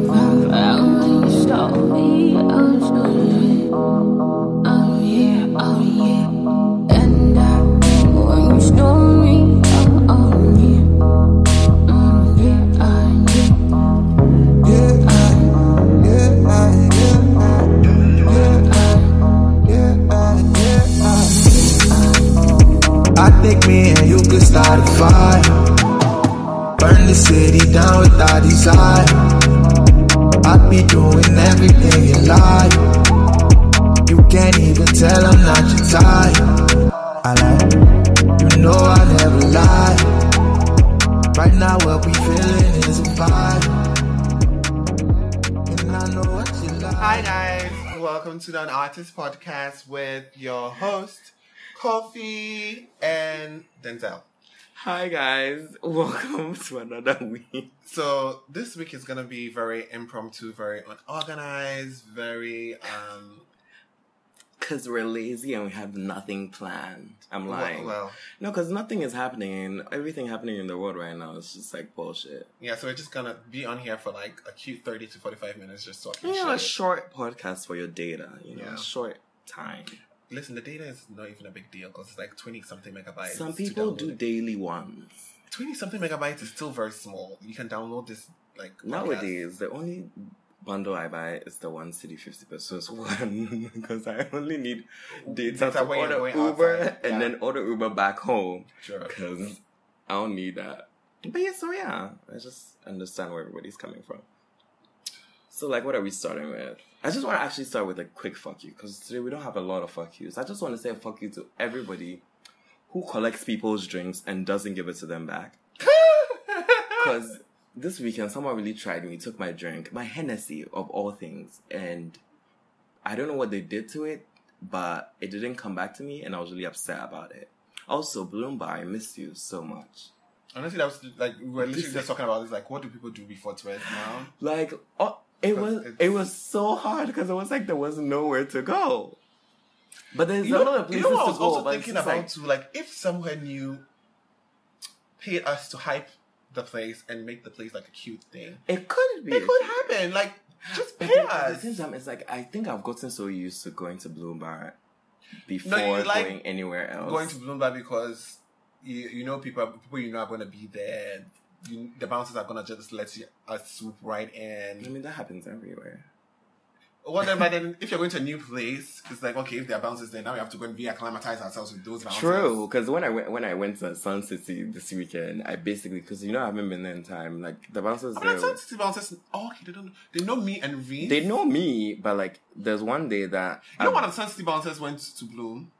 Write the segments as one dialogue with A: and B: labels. A: Oh, Oh,
B: I think me and you could start a fire. Burn the city down without desire. I'd be doing everything in life. You can't even tell I'm not your type. I like, you know I never lie. Right now, what we feeling is a vibe. And I know what you like.
C: Hi guys, welcome to the An Artist Podcast with your host, Kofi and Denzel.
D: Hi guys, welcome to another week.
C: So this week is gonna be very impromptu, very unorganized, very um
D: Cause we're lazy and we have nothing planned. I'm lying.
C: well, well,
D: No, cause nothing is happening. and Everything happening in the world right now is just like bullshit.
C: yeah. So we're just gonna be on here for like a cute thirty to forty-five minutes, just talking.
D: Yeah, a
C: shit.
D: short podcast for your data. You know,
C: Yeah.
D: short time.
C: Listen, the data is not even a big deal because it's like twenty something megabytes.
D: Some
C: to
D: people
C: download
D: do
C: it.
D: daily ones.
C: twenty something megabytes is still very small. You can download this like podcast.
D: Nowadays, the only bundle I buy is the one city fifty pesos one because I only need data
C: Data
D: to
C: when you're
D: order
C: going
D: Uber
C: outside,
D: and
C: yeah.
D: then order Uber back home.
C: Sure.
D: because I don't need that. But yeah, so yeah, I just understand where everybody's coming from. So like, what are we starting with? I just want to actually start with a quick fuck you because today we don't have a lot of fuck yous. I just want to say fuck you to everybody who collects people's drinks and doesn't give it to them back. Because this weekend, someone really tried me, took my drink, my Hennessy of all things, and I don't know what they did to it, but it didn't come back to me, and I was really upset about it. Also, Bloomba, I miss you so much.
C: Honestly, that was like we were literally
D: This-
C: just talking about this. Like, what do people do before twelve now?
D: Like, oh, it
C: Because
D: was
C: it's-
D: it was so hard because it was like there was nowhere to go. But there's
C: you
D: a
C: know,
D: lot of
C: you
D: places
C: know what I
D: to
C: was
D: go.
C: also
D: but it's
C: thinking
D: just
C: about
D: like,
C: too, like if somewhere new paid us to hype the place and make the place like a cute thing,
D: it could be.
C: it could happen. Like, just
D: But
C: pay
D: then at the
C: us.
D: same time, it's like I think I've gotten so used to going to Bloombar before
C: like
D: going anywhere else.
C: Going to Bloomberg because you, you know people people you know are going to be there. You, the bouncers are going to just let you us swoop right
D: I
C: in.
D: mean, that happens everywhere.
C: Well, then, but then if you're going to a new place, it's like okay, if there are bouncers there, now we have to go and reacclimatize ourselves with those bouncers.
D: True, because when I went when I went to Sun City this weekend, I basically because you know I haven't been there in time. Like the bouncers
C: I mean,
D: there,
C: like, some city bouncers, oh, okay, they don't. They know me and Reese.
D: they know me, but like there's one day that
C: You know,
D: I-
C: one of the Sun City bouncers went to Bloom.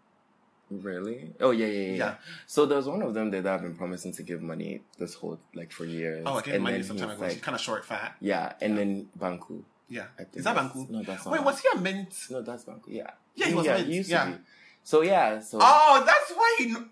D: really. Oh yeah, yeah, yeah.
C: Yeah.
D: yeah. So there's one of them there that I've been promising to give money this whole like for years.
C: Oh, I gave money
D: then
C: some
D: he
C: time
D: was
C: ago. She's kind of short, fat.
D: yeah, and then Banku.
C: Yeah.
D: I think
C: Is that
D: that's-
C: Banku?
D: No, that's not.
C: Wait, was he a mint?
D: no, that's Banku. Yeah,
C: Yeah, he was
D: yeah,
C: mint,
D: used
C: yeah.
D: to be. So yeah, so
C: Oh, that's why he. kn-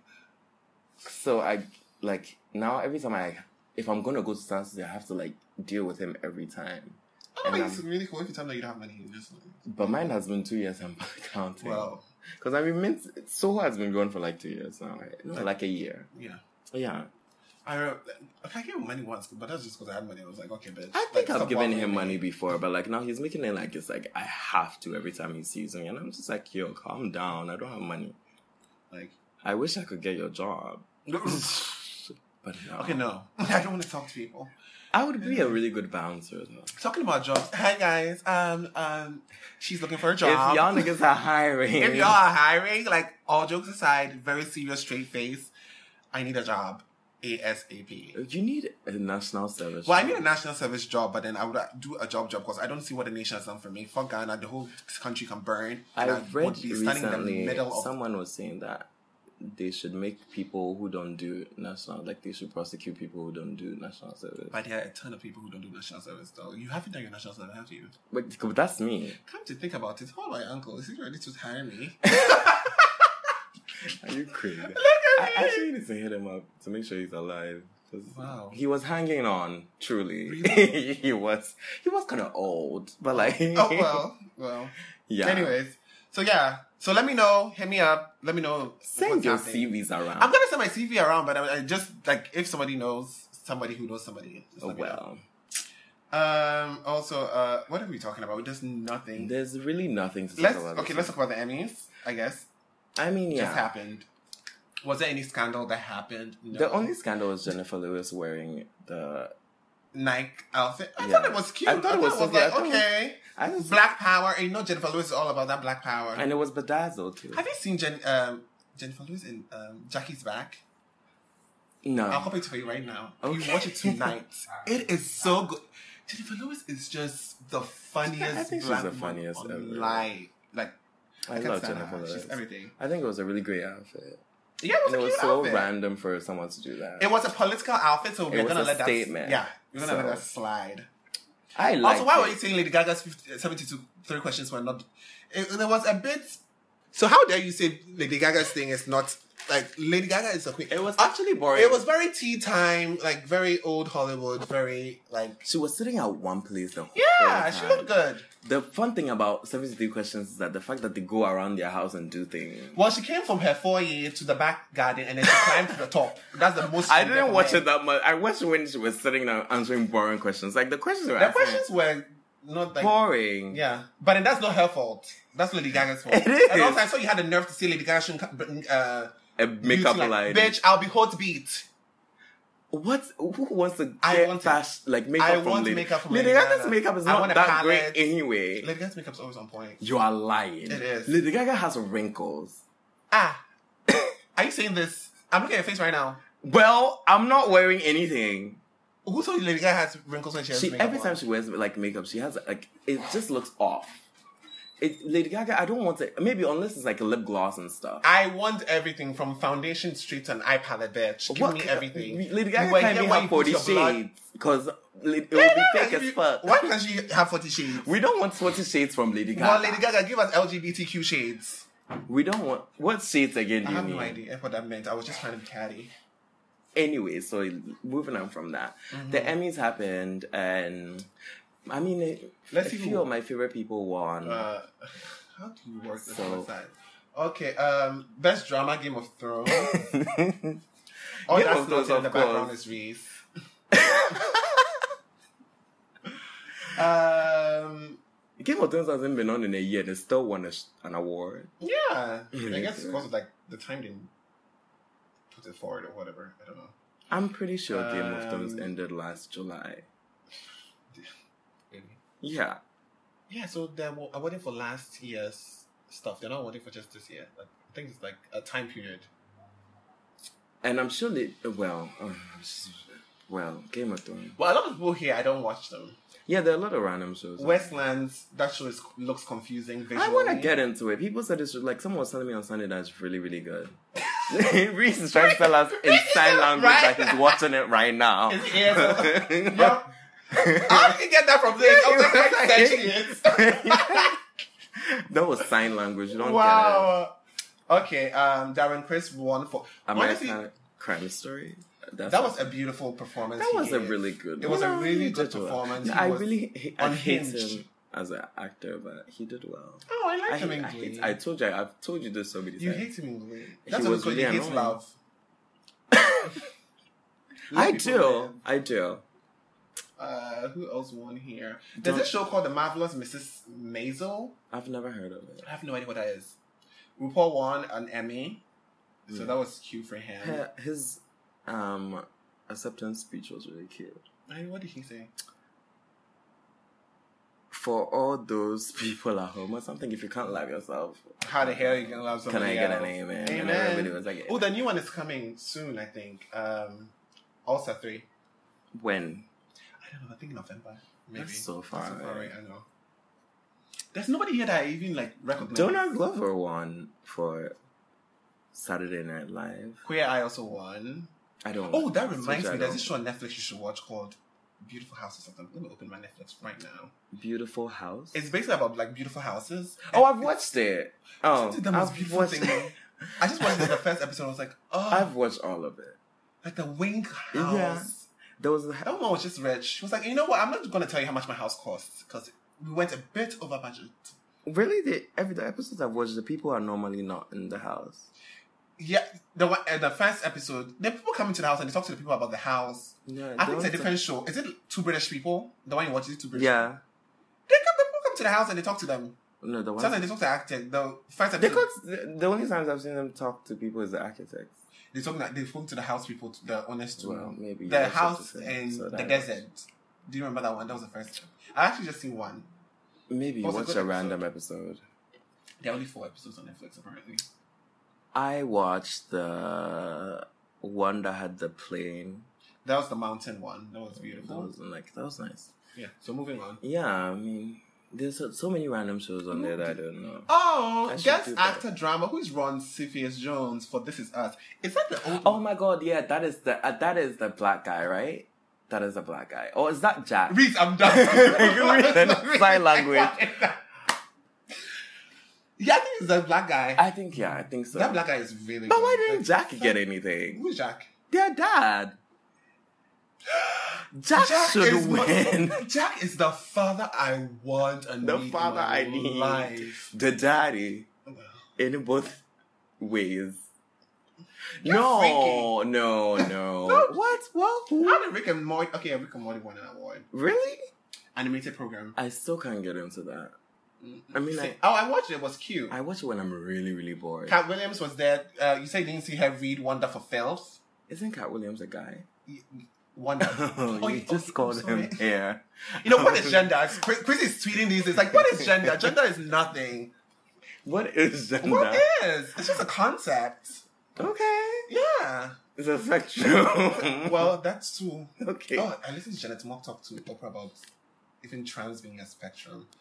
D: So I like now every time I if I'm gonna go to San Jose, I have to like deal with him every time.
C: I don't
D: And um,
C: know, it's really cool if you tell him that you don't have money. You just like,
D: But mine has been two years. I'm counting
C: well,
D: because I mean, mint, Soho has been going for like two years now, right? No,
C: Like-
D: like a year.
C: yeah.
D: Yeah,
C: I re- okay, I gave him money once, but that's just because I had money. I was like, okay, bitch.
D: I think
C: like,
D: I've given
C: stop
D: him
C: bothering
D: money
C: me.
D: before, but like now he's making it like it's like I have to every time he sees me, and I'm just like, yo, calm down. I don't have money.
C: Like,
D: I wish I could get your job, but no.
C: okay, no, I don't want to talk to people.
D: I would be a really good bouncer though.
C: Talking about jobs. Hi guys. Um, um, she's looking for a job.
D: If y'all niggas are hiring,
C: If y'all are hiring, like all jokes aside, very serious, straight face, I need a job ASAP.
D: You need a national service.
C: Well, I
D: job.
C: need a national service job, but then I would uh, do a job job because I don't see what the nation has done for me. Fuck Ghana, the whole country can burn. and
D: I've read recently
C: middle of.
D: someone was saying that they should make people who don't do national like they should prosecute people who don't do national service.
C: But there are a ton of people who don't do national service, though. You haven't done your national service, have you?
D: But, but that's me.
C: Come to think about it, hold my uncle. Is he ready to hire me?
D: Are you crazy? I
C: Look at me.
D: actually need to hit him up to make sure he's alive. 'cause
C: Wow.
D: He was hanging on, truly.
C: Really?
D: he was he was kinda old. But like
C: oh well, well.
D: Yeah.
C: Anyways, so yeah, so let me know. Hit me up. Let me know.
D: Send
C: what's
D: your
C: happening.
D: CVs around.
C: I'm gonna send my CV around, but I, I just like if somebody knows somebody who knows somebody. just
D: oh
C: let me know.
D: well.
C: Um. Also, uh, what are we talking about? There's nothing.
D: There's really nothing to
C: let's
D: talk about.
C: okay.
D: this
C: Let's
D: week.
C: talk about the Emmys. I guess
D: I mean yeah.
C: just happened. Was there any scandal that happened? No.
D: The only scandal was Jennifer Lewis wearing the.
C: Nike outfit. I
D: Yeah.
C: thought it was cute. I thought, it was,
D: something- I
C: like
D: thought it was-
C: okay,
D: I just,
C: Black Power. And you know Jennifer Lewis is all about that Black Power.
D: and it was bedazzled too.
C: Have you seen Jen? Um, Jennifer Lewis in um, Jackie's Back. I'll
D: No.
C: copy it for you right now.
D: Okay.
C: You watch it tonight. it is so good. Jennifer Lewis is just the funniest.
D: I think she's
C: black
D: the
C: woman
D: funniest
C: on
D: ever.
C: live. Like
D: I
C: can't
D: love
C: stand
D: Jennifer
C: her.
D: Lawrence.
C: She's everything.
D: I think it was a really great outfit.
C: Yeah, it was,
D: And it
C: a
D: was
C: cute
D: so
C: outfit.
D: random for someone to do that.
C: It was a political outfit, so we're
D: was
C: gonna
D: a
C: let that.
D: statement.
C: Yeah, we're gonna
D: So-
C: let that slide.
D: I like.
C: also, why were you saying Lady Gaga's 50, 72 three questions were not? It, there was a bit. So how dare you say Lady Gaga's thing is not like Lady Gaga is a queen? Uh,
D: It was actually boring.
C: It was very tea time, like very old Hollywood, very like.
D: She was sitting at one place the whole
C: Yeah, she
D: time.
C: looked good.
D: The fun thing about 73 questions is that the fact that they go around their house and do things.
C: Well, she came from her foyer to the back garden and then she climbed to the top. That's the most.
D: I didn't watch it that much. I watched when she was sitting there answering boring questions. Like the questions were
C: The
D: asking
C: questions were not like.
D: boring.
C: Yeah, but then that's not her fault. That's Lady Gaga's fault.
D: It is.
C: And also, I saw you had the nerve to say Lady Gaga shouldn't co- bring, uh,
D: A
C: beauty
D: makeup
C: line.
D: line.
C: Bitch, I'll be hot beat.
D: What? Who wants to get
C: I want it.
D: fash- like makeup
C: I
D: from
C: want
D: Lady?
C: makeup from
D: Lady
C: Lady
D: Gaga's
C: Gaga.
D: makeup is
C: I
D: not
C: want a
D: that great
C: palette.
D: anyway.
C: Lady Gaga's makeup's always on point.
D: you are lying.
C: It is.
D: Lady Gaga has wrinkles.
C: Ah, are you saying this? I'm looking at your face right now.
D: Well, I'm not wearing anything.
C: Who told you Lady Gaga has wrinkles when she has
D: She
C: makeup
D: every
C: on?
D: time she wears like makeup, she has like it just looks off. It, Lady Gaga, I don't want it. Maybe unless it's like a lip gloss and stuff.
C: I want everything from foundation street to an eye palette, bitch. Give
D: What
C: me
D: ca-
C: everything.
D: Lady Gaga
C: You were
D: can't
C: here
D: be
C: when
D: have
C: you put
D: forty
C: your blood-
D: shades because it will
C: Yeah,
D: be
C: yeah,
D: fake as
C: you-
D: fuck.
C: Why can't she have 40 shades?
D: We don't want forty shades from Lady Gaga.
C: Well, Lady Gaga, give us LGBTQ shades.
D: We don't want what shades again? Do
C: I
D: you
C: have
D: mean?
C: no idea what that meant. I was just trying to be catty.
D: Anyway, so moving on from that,
C: Mm-hmm.
D: the Emmys happened, and I mean, it,
C: Let's
D: a
C: see who
D: few
C: won.
D: of my favorite people won.
C: Uh, how do you work this
D: So-
C: outside? Okay, um, best drama Game of Thrones. All
D: Game
C: that's noted in
D: of Thrones,
C: the
D: of course.
C: background is Reese. um,
D: Game of Thrones hasn't been on in a year, and it still won a, sh- an award.
C: yeah, I
D: Really?
C: guess because of like the time they put it forward or whatever. I don't know.
D: I'm pretty sure Game of Thrones
C: Um,
D: ended last July. Yeah,
C: Yeah, so they're wa- awarding for last year's stuff. They're not awarding for just this year. Like, I think it's like a time period.
D: and I'm sure they well, uh, well, Game of Thrones.
C: Well, a lot of people here, I don't watch them.
D: Yeah, there are a lot of random shows.
C: Westlands, that show is, looks confusing visually.
D: I want to get into it. People said it's like someone was telling me on Sunday that it's really, really good. Reese is trying to tell us in sign language
C: Right.
D: that he's watching it right now.
C: Is it ASL? Yeah. How did you get that from this? I'm just like searching it.
D: that was sign language. You don't get it.
C: Wow. Okay, um, Darren Chris won for.
D: American
C: Honestly,
D: crime story. That's
C: that was a beautiful performance.
D: that
C: he
D: was a
C: gave.
D: really good.
C: It was a
D: No,
C: really
D: he
C: good
D: did well.
C: performance. He
D: I
C: was-
D: really ha- I hate
C: unhinged.
D: him as an actor, but he did well.
C: Oh, I like
D: I,
C: him
D: hate,
C: in
D: I,
C: Glee.
D: hate, I told you. I've told you this so many
C: you
D: times.
C: hate him in Glee. That's
D: was
C: what really you
D: really
C: hate
D: annoying.
C: love.
D: I
C: Love
D: do.
C: people, man.
D: I do.
C: Uh, who else won here?
D: Don't-
C: There's a show called The Marvelous Mrs. Maisel.
D: I've never heard of it.
C: I have no idea what that is. RuPaul won an Emmy, so
D: Mm.
C: that was cute for him.
D: Her- his um acceptance speech was really cute.
C: I mean, what did he say?
D: For all those people at home or something, if you can't love yourself,
C: How the hell you gonna love
D: can I
C: somebody
D: get
C: else?
D: an amen? And
C: Amen.
D: everybody was like,
C: Oh, the new one is coming soon, I think. Um, also three.
D: when?
C: I don't know. I think November. Maybe.
D: That's so far
C: That's so far
D: away.
C: away, I know. There's nobody here that I even like recognize.
D: Donald Glover won for Saturday Night Live.
C: Queer Eye also won.
D: I don't.
C: Oh, that
D: Switch,
C: reminds
D: I
C: me. There's
D: don't.
C: a show on Netflix you should watch called Beautiful House or something. Let me open my Netflix right now.
D: Beautiful House.
C: It's basically about like beautiful houses.
D: oh, I've watched it. Oh,
C: Isn't it the most
D: I've
C: beautiful
D: watched.
C: thing? I just watched like, the first episode. I was like, oh,
D: I've watched all of it.
C: like the wing house.
D: Yeah. There was a-
C: That woman was just rich. She was like, you know what? I'm not going to tell you how much my house costs because we went a bit over budget.
D: really the every the episodes I've watched. The people are normally not in the house.
C: Yeah, the one, uh, the first episode, the people come into the house and they talk to the people about the house.
D: Yeah,
C: I think it's
D: those
C: a
D: are-
C: different show. Is it two British people? The one you watch is it two British?
D: Yeah.
C: people? They come, the people come to the house and they talk to them.
D: No, the
C: Sometimes
D: one.
C: they talk to the actor. The first episode,
D: The cooks. The, the only times I've seen them talk to people is the architects.
C: they talk. They phone to the house people, to the honest to
D: Well, maybe
C: Mm. the
D: that's what
C: house
D: you said,
C: and
D: so
C: the
D: that-
C: desert. Do you remember that one? That was the first. I actually just seen one.
D: Maybe you
C: Was it
D: watch a
C: good episode?
D: random episode.
C: There are only four episodes on Netflix apparently.
D: I watched the one that had the plane.
C: That was the mountain one. That was beautiful.
D: That was like that was nice.
C: yeah. So moving on.
D: Yeah, I mean, there's so, so many random shows on there that I don't know.
C: Oh,
D: I should
C: guest
D: do that.
C: actor drama. Who's Ron Cepheus Jones for This Is Us? Is that the old?
D: Oh my god, yeah, that is the uh, that is the black guy, right? That is the black guy. Oh, is that Jack?
C: Reese, I'm done.
D: Reese, sign language.
C: yeah, I think it's that black guy.
D: I think yeah, I think so.
C: that black guy is really.
D: but
C: good.
D: why didn't
C: Like,
D: Jack get anything?
C: Who's Jack?
D: Their dad. Jack,
C: is
D: should
C: my-
D: win.
C: Jack is the father I want and
D: The
C: need in
D: father
C: my
D: I need.
C: Life.
D: the daddy in both ways. no,
C: freaky.
D: no, no,
C: No.
D: What? Well,
C: How did Rick and Morty? Okay, Rick and Morty won an award.
D: really?
C: Animated program.
D: I still can't get into that. I mean, I,
C: oh, I watched it. It was cute.
D: I watch it when I'm really, really bored.
C: Cat Williams was there. Uh, you say you didn't see her read Wonder for Phelps.
D: Isn't Cat Williams a guy?
C: Wonder. Oh,
D: you
C: you-
D: just
C: I'm
D: called him
C: sorry.
D: hair.
C: You know what is gender? It's- Chris Chris is tweeting these. It's like, what is gender? Gender is nothing.
D: What is gender?
C: What is? It's just a concept.
D: Okay,
C: Yeah.
D: it's a spectrum.
C: Well, that's true.
D: okay.
C: Oh, I listened to Janet Mock talk to Oprah about even trans being a spectrum. I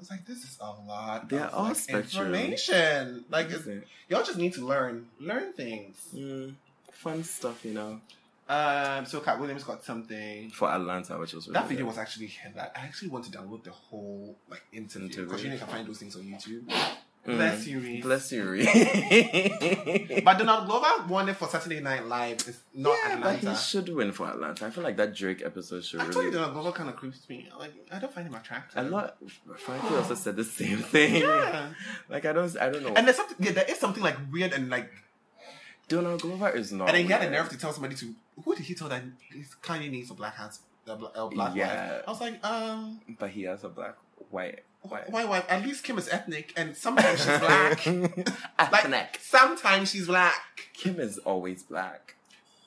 C: was like, this is a lot.
D: They're
C: of,
D: all
C: like,
D: spectrum.
C: Information. Like, it's,
D: Isn't it?
C: y'all just need to learn, learn things.
D: Mm, fun stuff, you know.
C: Um, so Cat Williams got something.
D: For Atlanta, which was really
C: That video
D: good.
C: was actually that I actually want to download the whole like interview because you
D: Interview.
C: know you can find those things on YouTube.
D: Mm.
C: Bless you, Reese.
D: Bless you, Reed.
C: But Donald Glover won it for Saturday Night Live. It's not
D: yeah, but
C: Atlanta.
D: he should win for Atlanta. I feel like that Drake episode should
C: I told you
D: really.
C: Donald Glover kind of creeps me. Like I don't find him attractive.
D: A lot. Frankie also said the same thing.
C: Yeah.
D: Like I don't, I don't know.
C: And there's something. Yeah, there is something like weird and like.
D: Donald Glover is not.
C: and then he had the
D: weird.
C: nerve to tell somebody to who did he tell that his Kanye needs a black hat, a bla- a black
D: Yeah.
C: wife. I was like, um,
D: But he has a black, white, white.
C: why wife? At least Kim is ethnic, and sometimes she's black.
D: Like,
C: like sometimes she's black.
D: Kim is always black.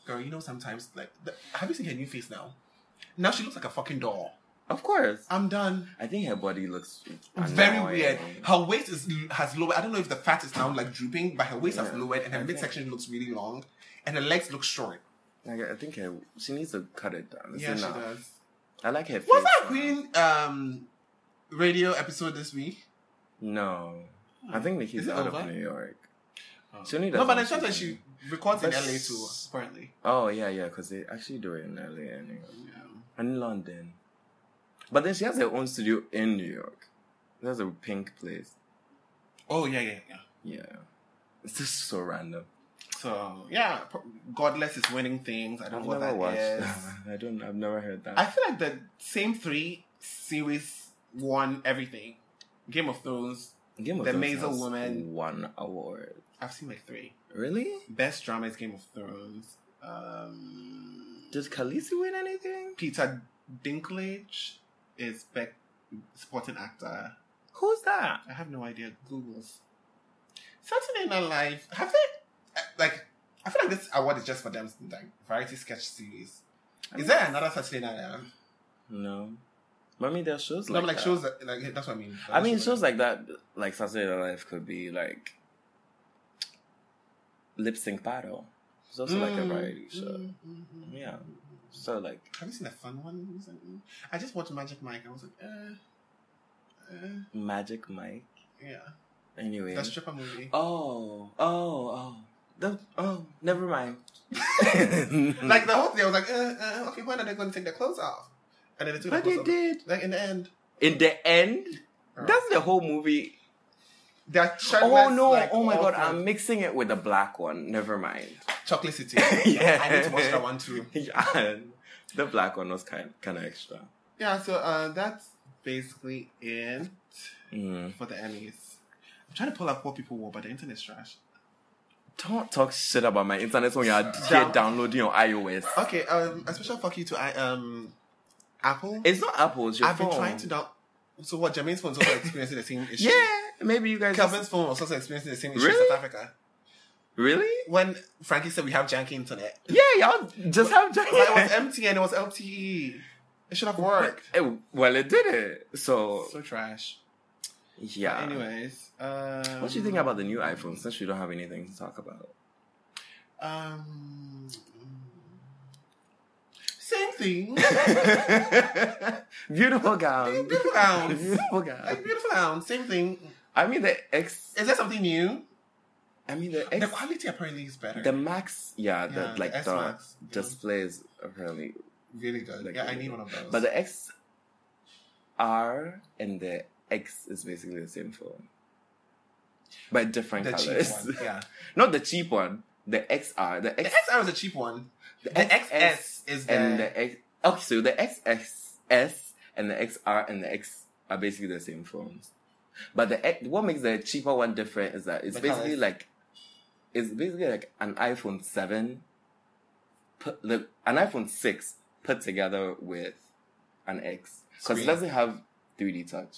C: Girl, you know sometimes like the, have you seen her new face now? Now she looks like a fucking doll.
D: Of course.
C: I'm done.
D: I think her body looks
C: Very
D: annoying.
C: weird. Her waist is has lowered. I don't know if the fat is now like drooping, but her waist has
D: Yeah.
C: lowered and her
D: Okay.
C: midsection looks really long, and her legs look short.
D: Like, I think her, she needs to cut it down. It's
C: yeah,
D: enough.
C: she does.
D: I like her.
C: Was
D: face
C: that a
D: now.
C: Queen um radio episode this week?
D: No, I think Nikki's
C: Hmm. Is it
D: out
C: over?
D: of New York. She only
C: no,
D: does
C: but
D: one
C: I thought that
D: season.
C: she records in
D: That's-
C: LA too. Apparently,
D: Oh yeah, yeah, because they actually do it in LA and New York.
C: yeah.
D: and London. But then she has her own studio in New York. That's a pink place.
C: Oh yeah, yeah, yeah.
D: Yeah, it's just so random.
C: So yeah, pro- Godless is winning things. I don't
D: I've
C: know what
D: never
C: that
D: watched.
C: is.
D: I don't. I've never heard that.
C: I feel like the same three series won everything. Game of Thrones,
D: Game
C: The
D: Thrones
C: Maisel
D: has
C: Woman.
D: won award.
C: I've seen like three.
D: Really?
C: Best drama is Game of Thrones. Um,
D: Did Khaleesi win anything?
C: Peter Dinklage is back supporting actor.
D: Who's that?
C: I have no idea. Google's Saturday Night Live. Have they uh, like? I feel like this award is just for them, like variety sketch series. Is there another Saturday Night Live?
D: No. But I mean, there are shows
C: no,
D: like,
C: but like
D: that.
C: shows that, like that's what I mean.
D: uh, I mean, shows like that, like Saturday Night Live, could be like Lip Sync Battle. It's also like a
C: Mm,
D: variety show.
C: mm, mm, mm.
D: Yeah. So like,
C: Have you seen a fun one recently? I just watched Magic Mike. I was like, uh, uh
D: Magic Mike.
C: yeah,
D: Anyway.
C: that stripper movie.
D: Oh, oh, oh. The- oh, never mind.
C: Like the whole thing, I was like, uh, uh, okay, when are they going to take their clothes off? And then they took their
D: but they
C: clothes off.
D: did.
C: Like in the end,
D: In the end,
C: Girl.
D: that's the whole movie.
C: they're
D: Oh
C: shirtless,
D: no!
C: like,
D: oh my
C: all
D: god!
C: through.
D: I'm mixing it with the black one. Never mind.
C: Chocolate City.
D: yeah,
C: I need to watch that one too.
D: Yeah, the black one was kind kind of extra.
C: Yeah, so uh, that's basically it
D: Mm.
C: for the Emmys. I'm trying to pull up what people wore, but the internet's trash.
D: Don't talk shit about my internet when you're here downloading on iOS.
C: Okay, um, a special fuck you to I um, Apple.
D: It's not Apple. It's your
C: I've been
D: phone.
C: trying to down. So what? Jermaine's phone's also experiencing the same issue.
D: Yeah, maybe you guys.
C: Calvin's phone was also experiencing the same issue in
D: Really?
C: South Africa.
D: Really?
C: When Frankie said we have janky internet,
D: Yeah, y'all just have giant.
C: but it was MTN, it was E. LTE. It should have worked.
D: Eh, well, it did it. So
C: So trash.
D: Yeah.
C: Anyways, um,
D: What do you think about the new iPhone since we don't have anything to talk about?
C: Um, same thing.
D: beautiful gown.
C: Beautiful gown.
D: beautiful
C: like
D: gown.
C: beautiful hound, same thing.
D: I mean the X
C: Is there something new?
D: I mean the
C: The
D: X
C: quality apparently is better.
D: the Max yeah, the
C: Yeah,
D: like
C: the
D: the,
C: X Max, yeah.
D: display is apparently
C: really good.
D: Like,
C: yeah, I
D: really
C: need
D: good.
C: one of those.
D: but the X R and the X is basically the same phone. But different
C: the cheap
D: colors.
C: one, yeah.
D: Not the cheap one. The XR. The
C: The
D: X
C: XR is a cheap one. The XS is the,
D: and the X. Okay, so the XXS and the XR and the X are basically the same phones, but the X, what makes the cheaper one different is that it's
C: The
D: basically
C: colours.
D: like it's basically like an iPhone seven, put the an iPhone six put together with an X because it
C: Screen.
D: doesn't have three D touch.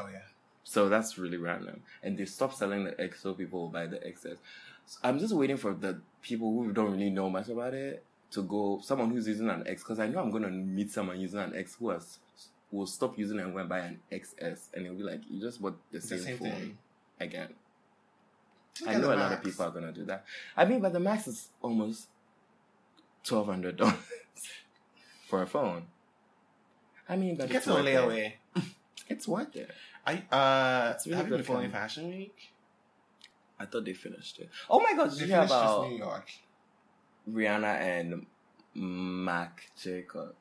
C: oh yeah.
D: So that's really random. And they stopped selling the X, so people will buy the XS. So I'm just waiting for the people who don't really know much about it to go, someone who's using an X, because I know I'm going to meet someone using an X who has, who will stop using it and go and buy an XS. And they'll be like, you just bought the
C: It's
D: same,
C: the same
D: phone
C: thing.
D: again.
C: Look
D: I
C: at
D: know
C: the
D: a lot of
C: Max.
D: people are going to do that. I mean, but the Max is almost $1,200 for a phone. I mean, but
C: Get
D: it's
C: to a
D: worth it.
C: layaway.
D: It's worth it.
C: I uh,
D: It's really
C: have you
D: good
C: been following
D: camera.
C: Fashion Week?
D: I thought they finished it. Oh my god, did
C: They
D: you hear
C: finished just
D: about
C: New York.
D: Rihanna and Mac Jacobs?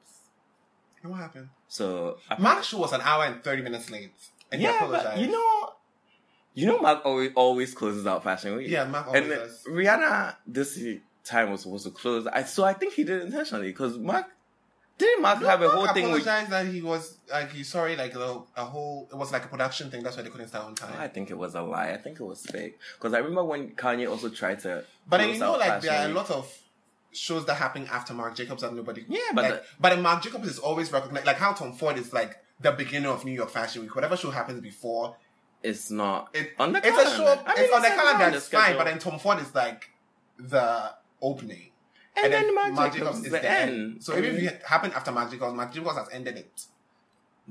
C: And what happened?
D: So
C: Mark's show was an hour and thirty minutes late, and he
D: yeah,
C: apologized.
D: but you know, you know, Mac always always closes out Fashion Week.
C: yeah, Mark always
D: and
C: does.
D: Rihanna this y- time was supposed to close. I so I think he did it intentionally because Mac didn't Mac have a
C: Mark
D: whole thing with.
C: apologized that he was like he sorry like a, a whole it was like a production thing that's why they couldn't start on time.
D: Oh, I think it was a lie. I think it was fake because I remember when Kanye also tried to.
C: But then you
D: close
C: know,
D: out
C: like there are
D: Fashion
C: a
D: Week.
C: lot of shows that happen after Mark Jacobs that nobody.
D: Yeah, but
C: like,
D: the-
C: but then Mark Jacobs is always recognized. Like how Tom Ford is like the beginner of New York Fashion Week. Whatever show happens before,
D: It's not
C: it,
D: on the.
C: it's a
D: calendar.
C: show.
D: I mean,
C: it's on the
D: not
C: calendar. It's fine.
D: schedule.
C: But then Tom Ford is like the opening,
D: And, then, Mark,
C: Marc
D: Jacobs, is the end. Mm-hmm.
C: So
D: I
C: even if
D: mean,
C: it happened after Mark Jacobs, Mark Jacobs has ended it.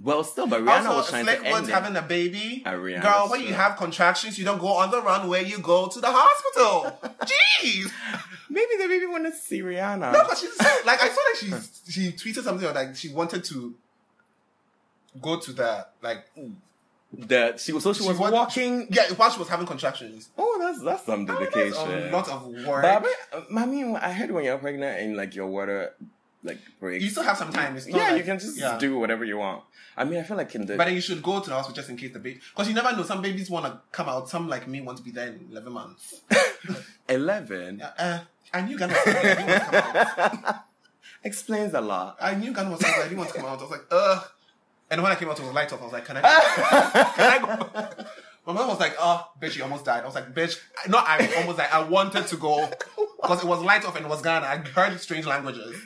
D: well, still, but Rihanna
C: also,
D: was trying
C: Slick
D: to end
C: Woods
D: it.
C: having a baby.
D: At Rihanna's
C: Girl, when you
D: show.
C: have contractions, you don't go on the runway. You go to the hospital. Jeez.
D: Maybe they really want to see Rihanna.
C: No, because she's like I saw that she she tweeted something or like she wanted to go to the like
D: that she was so she,
C: She
D: was
C: want-
D: walking.
C: yeah while she was having contractions.
D: Oh, that's that's some
C: That's
D: dedication.
C: a lot of work.
D: but I, mean, I mean, I heard when you're pregnant and like your water like breaks.
C: you still have some time. It's not
D: yeah,
C: like-
D: you can just
C: yeah.
D: do whatever you want. I mean, I feel like in the
C: But then you should go to the hospital just in case the baby, because you never know. Some babies want to come out. Some like me want to be there in eleven months.
D: eleven
C: Uh, uh, I knew Ghana was like, I didn't want to come out.
D: explains a lot.
C: I knew Ghana was like, I didn't want to come out. I was like, ugh. And when I came out, it was light off. I was like, can I? can I go? My mom was like, oh, bitch, you almost died. I was like, bitch, no, I almost died. I wanted to go because it was light off and it was Ghana. I heard strange languages.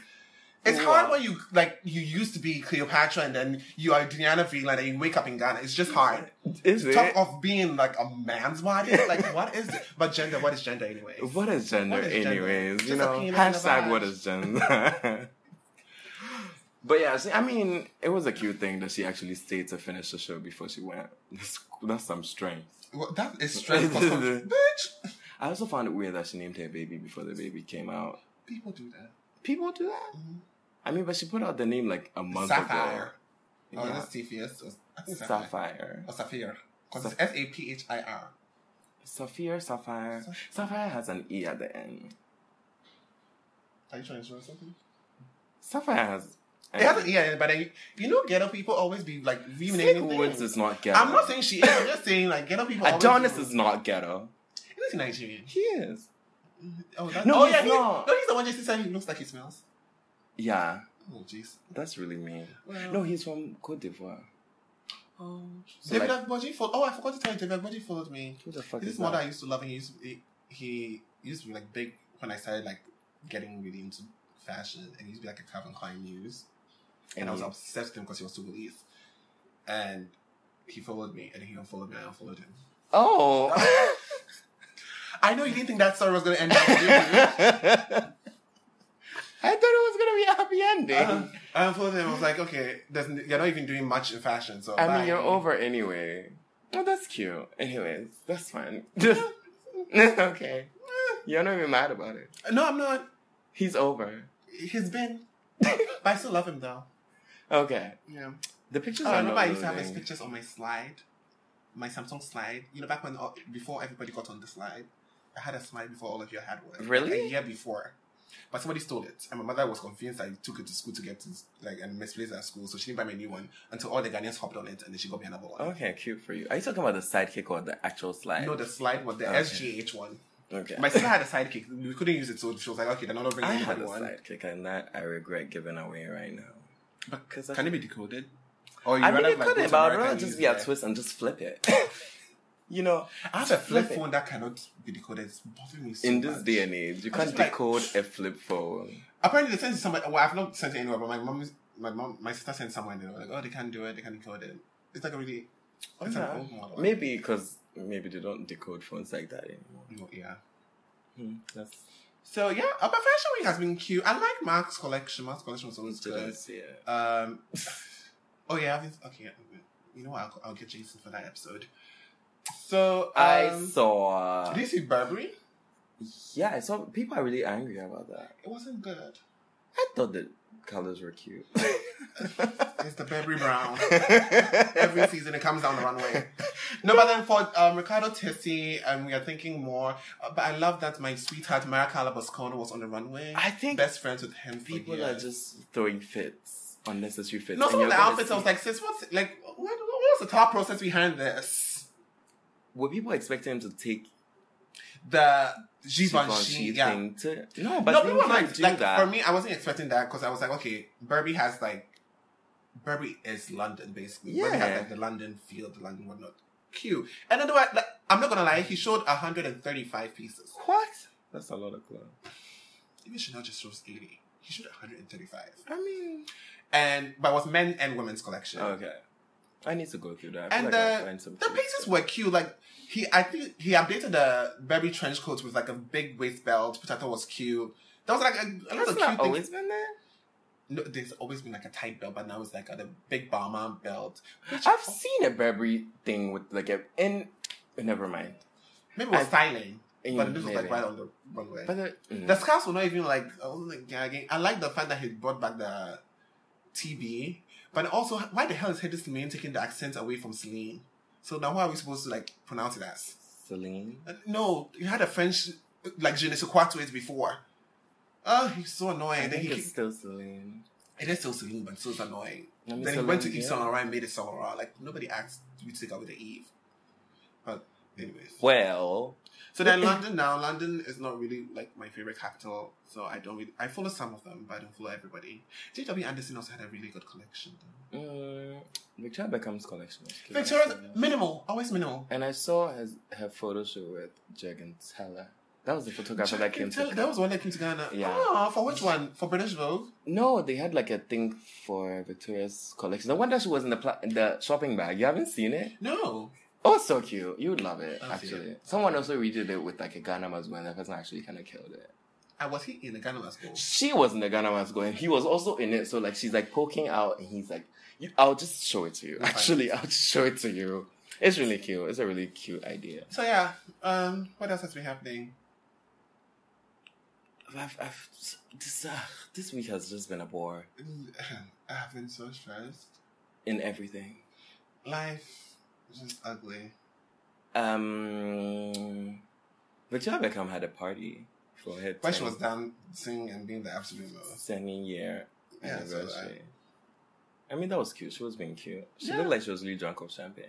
C: It's
D: Wow.
C: hard when you, like, you used to be Cleopatra and then you are Diana Vreeland and you wake up in Ghana. It's just hard.
D: Is it?
C: Talk of being, like, a man's body. Like, what is it? But gender, what is gender anyway?
D: What is gender,
C: What is gender?
D: anyways? You
C: Just a
D: know,
C: penis and a
D: hashtag
C: vag.
D: what is gender. but yeah, see, I mean, it was a cute thing that she actually stayed to finish the show before she went. That's, that's some strength.
C: Well, that is strange. for some- bitch!
D: I also found it weird that she named her baby before the baby came out.
C: People do that.
D: People do that. I mean, but she put out the name like a month
C: Mm-hmm. Sapphire.
D: ago.
C: Oh,
D: Yeah.
C: that's TPS. Or I think Sapphire.
D: Sapphire.
C: Or Sapphire. Because it's S A P H I R.
D: Sapphire, Sapphire.
C: Sapphire.
D: Sapphire has an E at the end.
C: Are you trying to show something?
D: Sapphire has.
C: It has an E in it, but then, you know, ghetto people always be like
D: Slick
C: renaming
D: E. Woods
C: things.
D: is not ghetto.
C: I'm not saying she is. I'm just saying like ghetto people. always
D: Adonis
C: do-
D: is not ghetto.
C: Isn't he Nigerian?
D: He is.
C: Oh, that,
D: No,
C: oh
D: he's
C: yeah, he's,
D: not.
C: no, he's the one just said he looks like he smells.
D: Yeah,
C: Oh jeez.
D: that's really mean.
C: Well,
D: No, he's from Cote d'Ivoire.
C: Oh,
D: So,
C: David
D: like-
C: Agboji followed. Oh, I forgot to tell you, David Agboji followed me.
D: Who the fuck
C: This
D: is
C: is one that I
D: that?
C: used to love, and he used he, he used to be like big when I started like getting really into fashion, and he used to be like a Calvin Klein news. and I was obsessed with him because he was Togolese. And he followed me, and he unfollowed me, and I unfollowed him.
D: Oh.
C: I know you didn't think that story was going to end up.
D: I thought it was gonna be a happy ending.
C: Uh, I unfollowed him. I was like, okay, there's, n- you're not even doing much in fashion, so.
D: I
C: bye.
D: mean, you're over anyway. Oh, that's cute. Anyways, that's fine. okay. You're not even mad about it.
C: No, I'm not.
D: He's over.
C: He's been. but I still love him though.
D: Okay.
C: Yeah.
D: The pictures
C: Oh, I
D: are
C: remember
D: not
C: I used to have his
D: moving.
C: pictures on my slide, my Samsung slide. You know, back when all, before everybody got on the slide, I had a slide before all of you had one.
D: Really?
C: Like a year before, but somebody stole it, and my mother was convinced I took it to school to get to, like and misplaced it at school, so she didn't buy me a new one until all the Ghanaians hopped on it, and then she got me another one.
D: Okay, cute for you. Are you talking about the sidekick or the actual slide?
C: No, the slide was the
D: Okay.
C: SGH one.
D: okay.
C: My sister had a sidekick. We couldn't use it, so she was like, "Okay, they're not bringing
D: I
C: anybody
D: had a
C: one."
D: sidekick, and that I regret giving away right now. Because
C: Can it be decoded? Or you
D: I mean,
C: rather,
D: it
C: like, go
D: couldn't,
C: to
D: but I'd
C: America
D: rather
C: and
D: just
C: use
D: be at
C: their-
D: Twist and just flip it. you know,
C: I have a flip
D: flip it.
C: phone that cannot be decoded. It's bothering me so
D: in this
C: much.
D: day and age, you
C: I'm
D: can't
C: just like-
D: decode a flip phone.
C: Apparently, they sent it to somebody. Well, I've not sent it anywhere, but my mom, my mom, my sister sent someone. They were like, "Oh, they can't do it. They can't decode it." It's like a really, it's
D: Yeah.
C: an old model.
D: Maybe because maybe they don't decode phones like that anymore.
C: No, yeah.
D: Hmm, that's
C: So yeah, uh, but fashion week has been cute. I like Mark's collection. Mark's collection was always good.
D: students. Yeah.
C: Um, oh yeah, I've been, okay. okay. You know what? I'll, I'll get Jason for that episode. So um,
D: I saw.
C: Did you see Burberry?
D: Yeah, I saw. People are really angry about that.
C: It wasn't good.
D: I thought the colors were cute.
C: It's the Burberry brown. every season it comes down the runway. No, but then for um, Ricardo Tissi, um, we are thinking more. Uh, but I love that my sweetheart Mara Calabascono was on the runway.
D: I think
C: best friends with him. For
D: people
C: years.
D: are just throwing fits, unnecessary fits.
C: no.
D: and
C: Some of
D: you're
C: the
D: gonna
C: outfits,
D: see-
C: I was like, sis, what's like? What, what was the thought process behind this?
D: were people expecting him to take
C: The
D: Givenchy
C: Givenchy, yeah.
D: thing to? No, but
C: no,
D: they
C: people are
D: can't
C: like,
D: do
C: like
D: that.
C: for me, I wasn't expecting that because I was like, okay, Burberry has like, Burberry is London basically. Burberry
D: Yeah.
C: has like the London feel, the London whatnot. Cute. And then like, I'm not gonna lie, he showed 135 pieces.
D: What? That's a lot of clothes.
C: Even Chanel just shows 80. He showed 135.
D: I mean,
C: And but it was men and women's collection.
D: okay. I need to go through that. I
C: And
D: feel like I'll
C: the-
D: find some
C: The pieces were cute. Like he, I think he updated the Burberry trench coat with like a big waist belt, which I thought was cute. That was like a, a lot
D: That's
C: of
D: not
C: cute things.
D: always been there.
C: No, there's always been like a tight belt, but now it's like a the big bomber belt. Which
D: I've seen a Burberry thing with like a in. Never mind.
C: maybe it was
D: I-
C: styling,
D: In-
C: but this was like
D: maybe.
C: right on the runway.
D: But the, mm.
C: the scarves were not even like I wasn't like gagging. I like the fact that he brought back the TB, but also why the hell is Hedy Slimane taking the accent away from Celine? So now how are we supposed to like pronounce it as?
D: Celine.
C: Uh, No, you had a French like je ne sais quoi to it before. Oh, he's so annoying.
D: I
C: then
D: think
C: he,
D: it's still Celine.
C: it is still Celine, but it's so annoying.
D: I mean,
C: Then he went to
D: Celine,
C: Yves
D: yeah.
C: Saint Laurent and made it Saint Laurent. Like nobody asked you to take out with the Eve. But anyways.
D: Well,
C: So then London now, London is not really like my favorite capital. So I don't really I follow some of them, but I don't follow everybody. JW Anderson also had a really good collection though.
D: mm, Victoria Beckham's collection. was cute.
C: Victoria's
D: actually.
C: minimal, always minimal.
D: And I saw his, her photo shoot with Jurgen Teller. That was the photographer that came to.
C: Tell- that was one that came to Ghana.
D: Yeah.
C: Ah, for which one? For British Vogue?
D: No, they had like a thing for Victoria's collection. The one that she was in the pla- in the shopping bag. You haven't seen it?
C: No.
D: Oh, it's so cute. You would love it,
C: I'll see
D: actually. Someone also redid it with like a Ghana Must Go, and that person actually kind of killed it.
C: I Ah, was he in the Ghana last school.
D: She was in the Ghana Must Go, and he was also in it. So, like, she's like poking out, and he's like, you, I'll just show it to you.
C: Right.
D: Actually, I'll just show it to you. It's really cute. It's a really cute idea.
C: So yeah, um, what else has been happening?
D: I've, I've, this, uh, this week has just been a bore
C: I've been so stressed.
D: in everything.
C: Life is just ugly.
D: Um, Victoria Beckham had a party for her
C: When she
D: 10
C: was dancing and being the absolute most.
D: sending year
C: Yeah, so uh,
D: anniversary. I mean, that was cute. She was being cute. She looked like she was really drunk of champagne.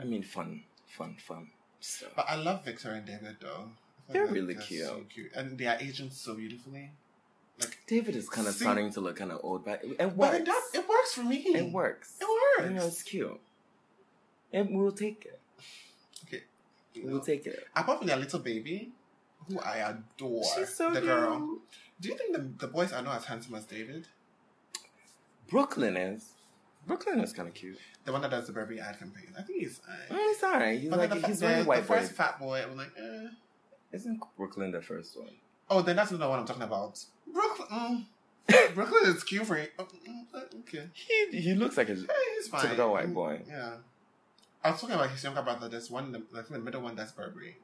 D: I mean, fun, fun, fun stuff.
C: But I love Victor and David though. I
D: They're
C: think
D: really
C: So cute, and they are aging so beautifully.
D: David is kind of
C: See-
D: starting to look kind of old, but it, it
C: But
D: works.
C: it does. It works for me.
D: It works.
C: It
D: You know,
C: works.
D: it's cute. And we'll take it.
C: You know,
D: We'll take it.
C: Apart from their little baby, who I adore,
D: She's so
C: the
D: cute.
C: girl. Do you think the, the boys are not as handsome as David?
D: Brooklyn is. Brooklyn is kind of cute.
C: The one that does the Burberry ad campaign. I think he's.
D: Mm,
C: Uh,
D: it's alright. He's like
C: the, fa-
D: he's
C: the-
D: wearing
C: the
D: white boy.
C: first fat boy, I was like, eh.
D: Isn't Brooklyn the first one?
C: oh, then that's not the one I'm talking about. Brooklyn. Mm. Brooklyn is cute for you. Oh, mm, Okay.
D: He he looks like a
C: Yeah, he's fine. Mm,
D: typical white boy.
C: Yeah. I was talking about his younger brother. There's one, in the- I think the middle one, that's Burberry.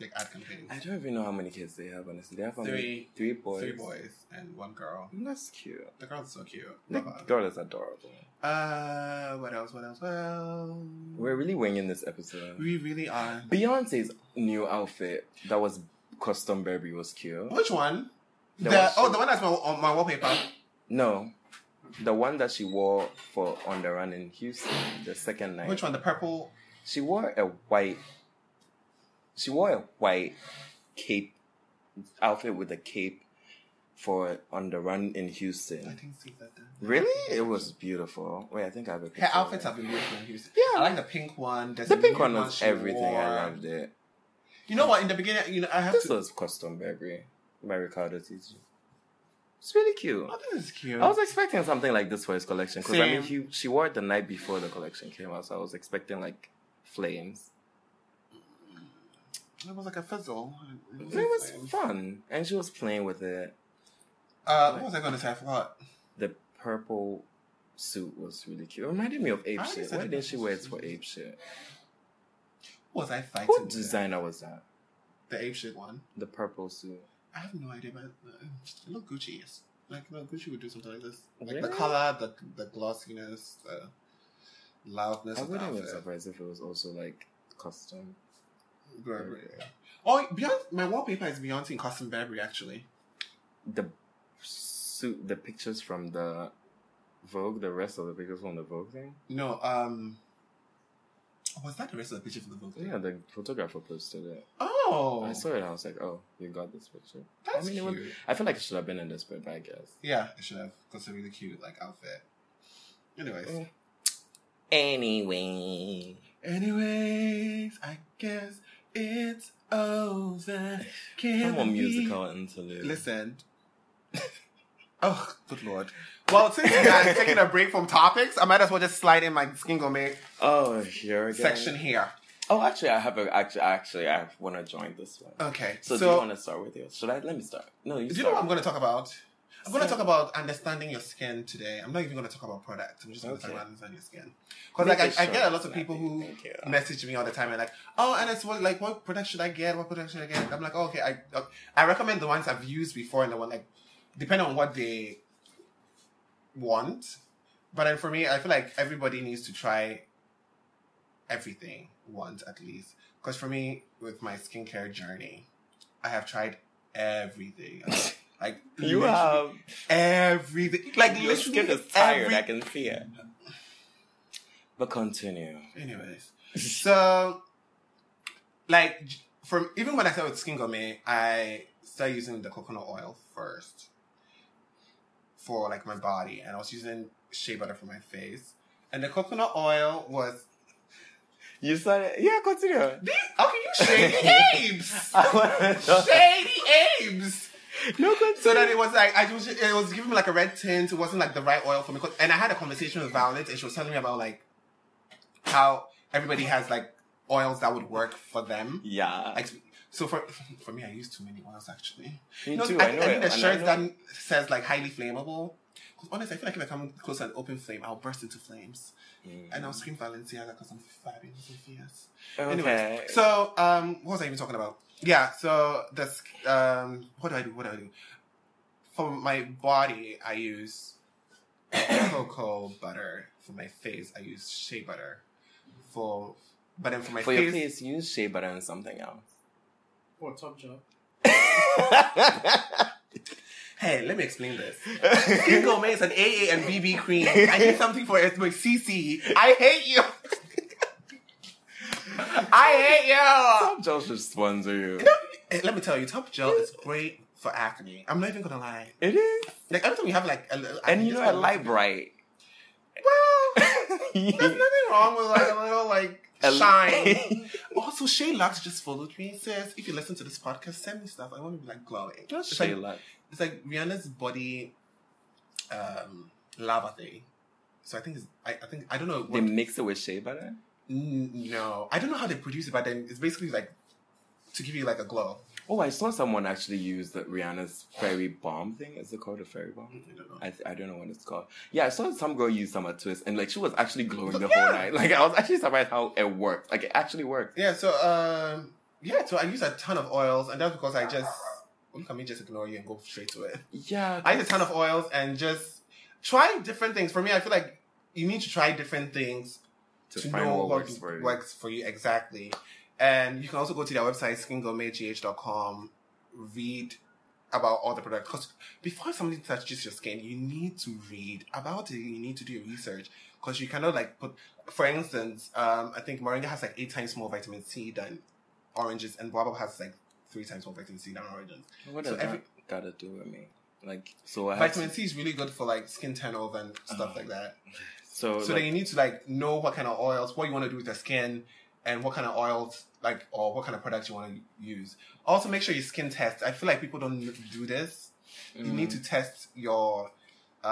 C: Like ad campaign.
D: I don't even know how many kids they have. Honestly, they have how many-
C: Three-
D: three boys.
C: Three boys and one girl.
D: Mm, That's cute.
C: The girl's so cute.
D: The
C: Love her.
D: girl is adorable.
C: Uh, what else? What else? Well,
D: We're really winging this episode.
C: we really are.
D: Beyonce's new outfit that was custom Burberry was cute.
C: Which one? The,
D: The one
C: oh,
D: she-
C: the one that's my, on my wallpaper.
D: No, the one that she wore for on the run in Houston the second night.
C: Which one? The purple.
D: She wore a white. She wore a white cape outfit with a cape for on the run in
C: I
D: Houston.
C: didn't see that. Then.
D: Really, it was beautiful. Wait, I think I have a picture.
C: Her
D: of
C: outfits
D: it.
C: have been beautiful. in Houston.
D: Yeah.
C: I like the pink one. There's
D: The
C: a
D: pink
C: new
D: one was
C: she
D: everything.
C: wore.
D: I loved it.
C: You know what? In the beginning, you know, I have
D: This
C: to.
D: was custom Burberry by Ricardo Tigi. It's really cute.
C: oh, this is cute.
D: I was expecting something like this for his collection because I mean
C: Same.
D: he she wore it the night before the collection came out, so I was expecting like flames.
C: it was like a fizzle.
D: It was fun, and she was playing with it.
C: Uh, what was I going to say? I forgot.
D: The purple suit was really cute. It reminded me of Ape
C: I
D: Shit.
C: said
D: Why
C: the
D: didn't she
C: purple
D: wear it
C: suit.
D: for Ape Shit?
C: What was I fighting?
D: What
C: with?
D: designer was that?
C: The ape shit one.
D: The purple suit.
C: I have no idea, but uh, it looked Gucci. Yes. Like, no, Gucci would do something like this. Like the
D: Really?
C: color, the the glossiness, the loudness
D: I
C: of the
D: wouldn't have been
C: outfit.
D: surprised if it was also like custom.
C: Burberry. Oh, Beyonce, my wallpaper is Beyonce in Custom Burberry, actually.
D: The suit, the pictures from the Vogue, the rest of the pictures from the Vogue thing.
C: No, um. Was that the rest of the picture for the book?
D: Yeah, the photographer posted it.
C: Oh!
D: I saw it. I was like, oh, you got this picture.
C: That's
D: I mean, it
C: cute.
D: would- I feel like it should have been in this bit, but I guess.
C: Yeah, I should have. Because it's a really cute, like, outfit. Anyways.
D: Mm. Anyway,
C: Anyways, I guess it's over. Can
D: come on,
C: we-
D: musical interlude.
C: Listen. oh, good lord. Well, since you guys are taking a break from topics, I might as well just slide in my skin gourmet
D: Oh, here again.
C: section here.
D: Oh, actually, I have a. Actually, actually, I want to join this one.
C: Okay.
D: so, do you want to start with yours? Should I? Let me start. No, you.
C: Do you know
D: start.
C: what I'm going to talk about? I'm going to
D: So-
C: talk about understanding your skin today. I'm not even going to talk about products. I'm just going to
D: Okay.
C: talk about understanding your skin. Because
D: Make
C: like I,
D: it
C: I
D: short
C: get a lot of
D: and
C: people
D: snappy.
C: who
D: Thank you.
C: uh, message me all the time and like, oh, and it's what like what product should I get? What product should I get? I'm like, oh, okay, I uh, I recommend the ones I've used before and the one like depending on what they want. But then for me, I feel like everybody needs to try everything once at least. Because for me, with my skincare journey, I have tried everything. like
D: You
C: literally
D: have.
C: everything. Like
D: your
C: literally
D: skin is tired.
C: every-
D: I can see it. But continue.
C: Anyways, so like j- from even when I started with Skin Gourmet, I started using the coconut oil first for like my body, and I was using shea butter for my face. And the coconut oil was
D: You started. Yeah, continue.
C: these. Okay, you shady apes,
D: I wanna know.
C: shady apes.
D: No, continue.
C: So then it was like I was it was giving me like a red tint. It wasn't like the right oil for me. 'Cause- And I had a conversation with Violet, and she was telling me about like how everybody has like oils that would work for them.
D: Yeah.
C: Like so for for me, I use too many oils actually.
D: Me
C: No,
D: too.
C: I,
D: I,
C: think
D: know
C: I
D: it.
C: need a
D: and I
C: shirt
D: know-
C: that says like highly flammable. Because honestly, I feel like if I come close to an open flame, I'll burst into flames,
D: Mm.
C: and I'll scream Valenciaga because I'm fabulous and fierce.
D: Okay.
C: Anyways, so um, what was I even talking about? Yeah, so that's um, what do I do? What do I do? For my body, I use cocoa butter. For my face, I use shea butter. For but then for my
D: for your
C: face,
D: face, use shea butter and something else.
E: Or top job.
C: hey, let me explain this. Skin Gourmet is an AA and BB cream. I need something for it's my CC. I hate you. I hate you.
D: Top Joe should sponsor you.
C: Eh, Let me tell you, top gel is great for acne. I'm not even gonna lie.
D: It is,
C: Like every time you have like a little,
D: and you know I
C: just-
D: like bright.
C: Well, there's nothing wrong with like a little like
D: A li-
C: shine. also, Shay Lux just followed me and says, "If you listen to this podcast, send me stuff. I want to be like glowing."
D: Just
C: It's
D: shea
C: like,
D: luck.
C: it's like Rihanna's body, um, lava thing. So I think it's, I, I think I don't know.
D: They
C: What,
D: mix it with shea butter.
C: Mm, no, I don't know how they produce it, but then it's basically like to give you like a glow.
D: Oh, I saw someone actually use the Rihanna's fairy bomb thing. Is it called a fairy bomb?
C: I don't know.
D: I, th- I don't know what it's called. Yeah, I saw some girl use summer twist, and like she was actually glowing the
C: Yeah.
D: whole night. Like I was actually surprised how it worked. Like it actually worked.
C: Yeah, so um yeah, so I use a ton of oils and that's because I just look at me just ignore you and go straight to it.
D: Yeah,
C: I use a ton of oils and just try different things. For me, I feel like you need to try different things
D: to, find what works for you.
C: works for you exactly. And you can also go to their website, skingomegh.com, read about all the products. Because before something touches your skin, you need to read about it. You need to do your research. Because you cannot, like, put, for instance, um, I think Moringa has like eight times more vitamin C than oranges, and Baobab has like three times more vitamin C than oranges.
D: What
C: So
D: does
C: every-
D: that gotta do with me? Like so, I
C: Vitamin
D: have to,
C: C is really good for like skin turnover and stuff
D: Oh.
C: like that.
D: so,
C: So
D: Oh, like,
C: then you need to like know what kind of oils, what you want to do with the skin, and what kind of oils, like or what kind of products you want to use. Also, make sure you skin test. I feel like people don't do this. You need
D: Mm.
C: to test your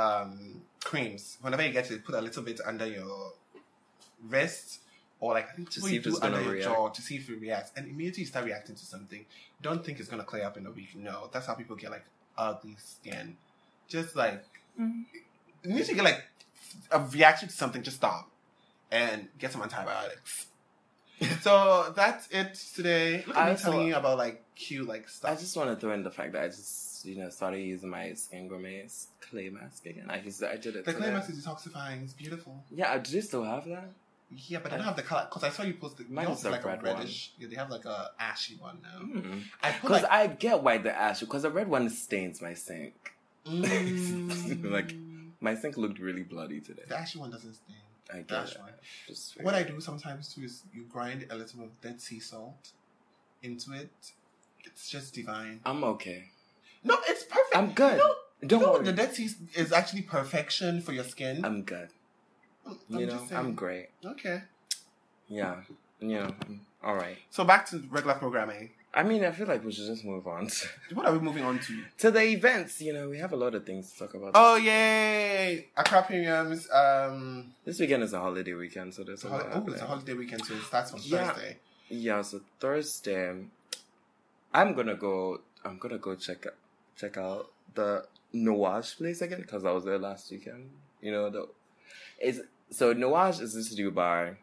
C: um, creams whenever you get it. Put a little bit under your wrist or like I think
D: To
C: people
D: see
C: you
D: if
C: do
D: it's gonna
C: under your
D: react.
C: jaw to see if it reacts. And immediately you start reacting to something. Don't think it's gonna clear up in a week. No, that's how people get like ugly skin. Just like
D: Mm-hmm.
C: you need to get like a reaction to something, just stop and get some antibiotics. so that's it today. Look at
D: I
C: me telling
D: also-
C: you about like cute like
D: mm, I
C: stuff.
D: just want to throw in the fact that I just you know started using my Skin Gourmet's clay mask again. I used I did it.
C: the
D: today.
C: clay mask is detoxifying. It's beautiful.
D: Yeah, I do you still have that?
C: Yeah, but I don't have the color because I saw you posted.
D: Mine
C: yours
D: is
C: is
D: a
C: like a
D: red one.
C: reddish. Yeah, they have like a ashy one now.
D: Mm.
C: I put
D: Because
C: like
D: I get why the ash. Because the red one stains my sink.
C: Mm.
D: Like- My sink looked really bloody today.
C: the ashy one doesn't stain.
D: I get
C: The
D: it.
C: ashy one.
D: Just
C: What I do sometimes too is you grind a little bit of dead sea salt into it. It's just divine.
D: I'm okay.
C: No, it's perfect.
D: I'm good.
C: No,
D: Don't
C: no,
D: worry.
C: the dead sea is actually perfection for your skin.
D: I'm good.
C: I'm
D: You know,
C: just saying.
D: I'm great.
C: Okay.
D: Yeah. You know, all right.
C: So back to regular programming.
D: I mean, I feel like we should just move on to,
C: What are we moving on to?
D: to the events. You know, we have a lot of things to talk about.
C: Oh yay! Accra Premiums. Um,
D: This weekend is a holiday weekend, so
C: it's
D: there's
C: a,
D: a
C: hol-
D: lot
C: oh, it's a
D: happening.
C: holiday weekend, so it starts on
D: Yeah.
C: Thursday.
D: Yeah, so Thursday, I'm gonna go. I'm gonna go check check out the Noage place again because I was there last weekend. You know, the it's so Noage is this new bar.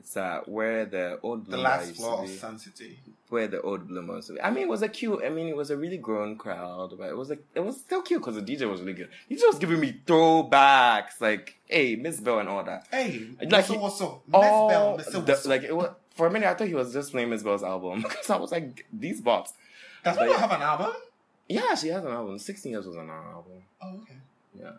D: It's uh, where the old
C: The
D: Bloom bar
C: last
D: used to
C: floor of
D: be.
C: Sun City.
D: where the old bloomers. I mean, it was a cute. I mean, it was a really grown crowd, but it was like it was still cute because the DJ was really good. He just was giving me throwbacks, like hey, Miss Bell and all that.
C: Hey,
D: Like,
C: Mr.
D: he-
C: Wasso. Miss Bell,
D: All
C: Mr.
D: Oh, the-
C: Wasso.
D: like it was for a minute. I thought he was just playing Miss Bell's album because I was like, these bots.
C: Does Bell
D: like-
C: have an album?
D: Yeah, she has an album. Sixteen years was on her album.
C: Oh, okay.
D: Yeah,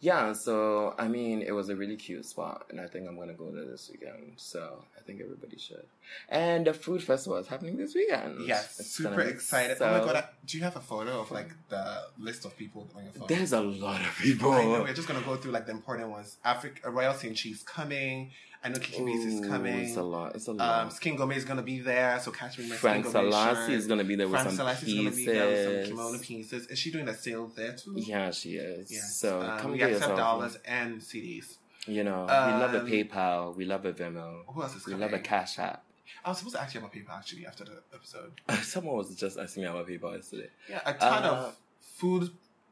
D: yeah. So I mean, it was a really cute spot, and I think I'm gonna go there this weekend. So I think everybody should. And the food festival is happening this weekend.
C: Yes,
D: It's
C: super
D: gonna be
C: excited. oh my
D: so
C: god, I- do you have a photo of like the list of people on your phone?
D: There's a lot of people.
C: I know, we're just gonna go through like the important ones. Africa, Royalty and Chief's coming. I know Kiki Beats is
D: Ooh, It's a
C: coming.
D: lot. It's a lot.
C: Um, Skin Gourmet is gonna be there, so catch me in my
D: Frank
C: Skin Gourmet
D: Selassie
C: shirt.
D: is gonna be there with
C: Frank
D: some
C: Selassie is gonna
D: pieces.
C: be there with some kimono pieces. Is she doing a sale there too?
D: Yeah, she is.
C: Yes.
D: So
C: Um,
D: come
C: we
D: get
C: accept
D: yourself.
C: dollars and CDs.
D: You know, we love a
C: Um,
D: PayPal. We love a Venmo.
C: Who else is
D: We
C: coming?
D: love a Cash App.
C: I was supposed to ask you about PayPal actually after the episode.
D: Someone was just asking me about PayPal yesterday.
C: Yeah, a ton
D: Uh,
C: of food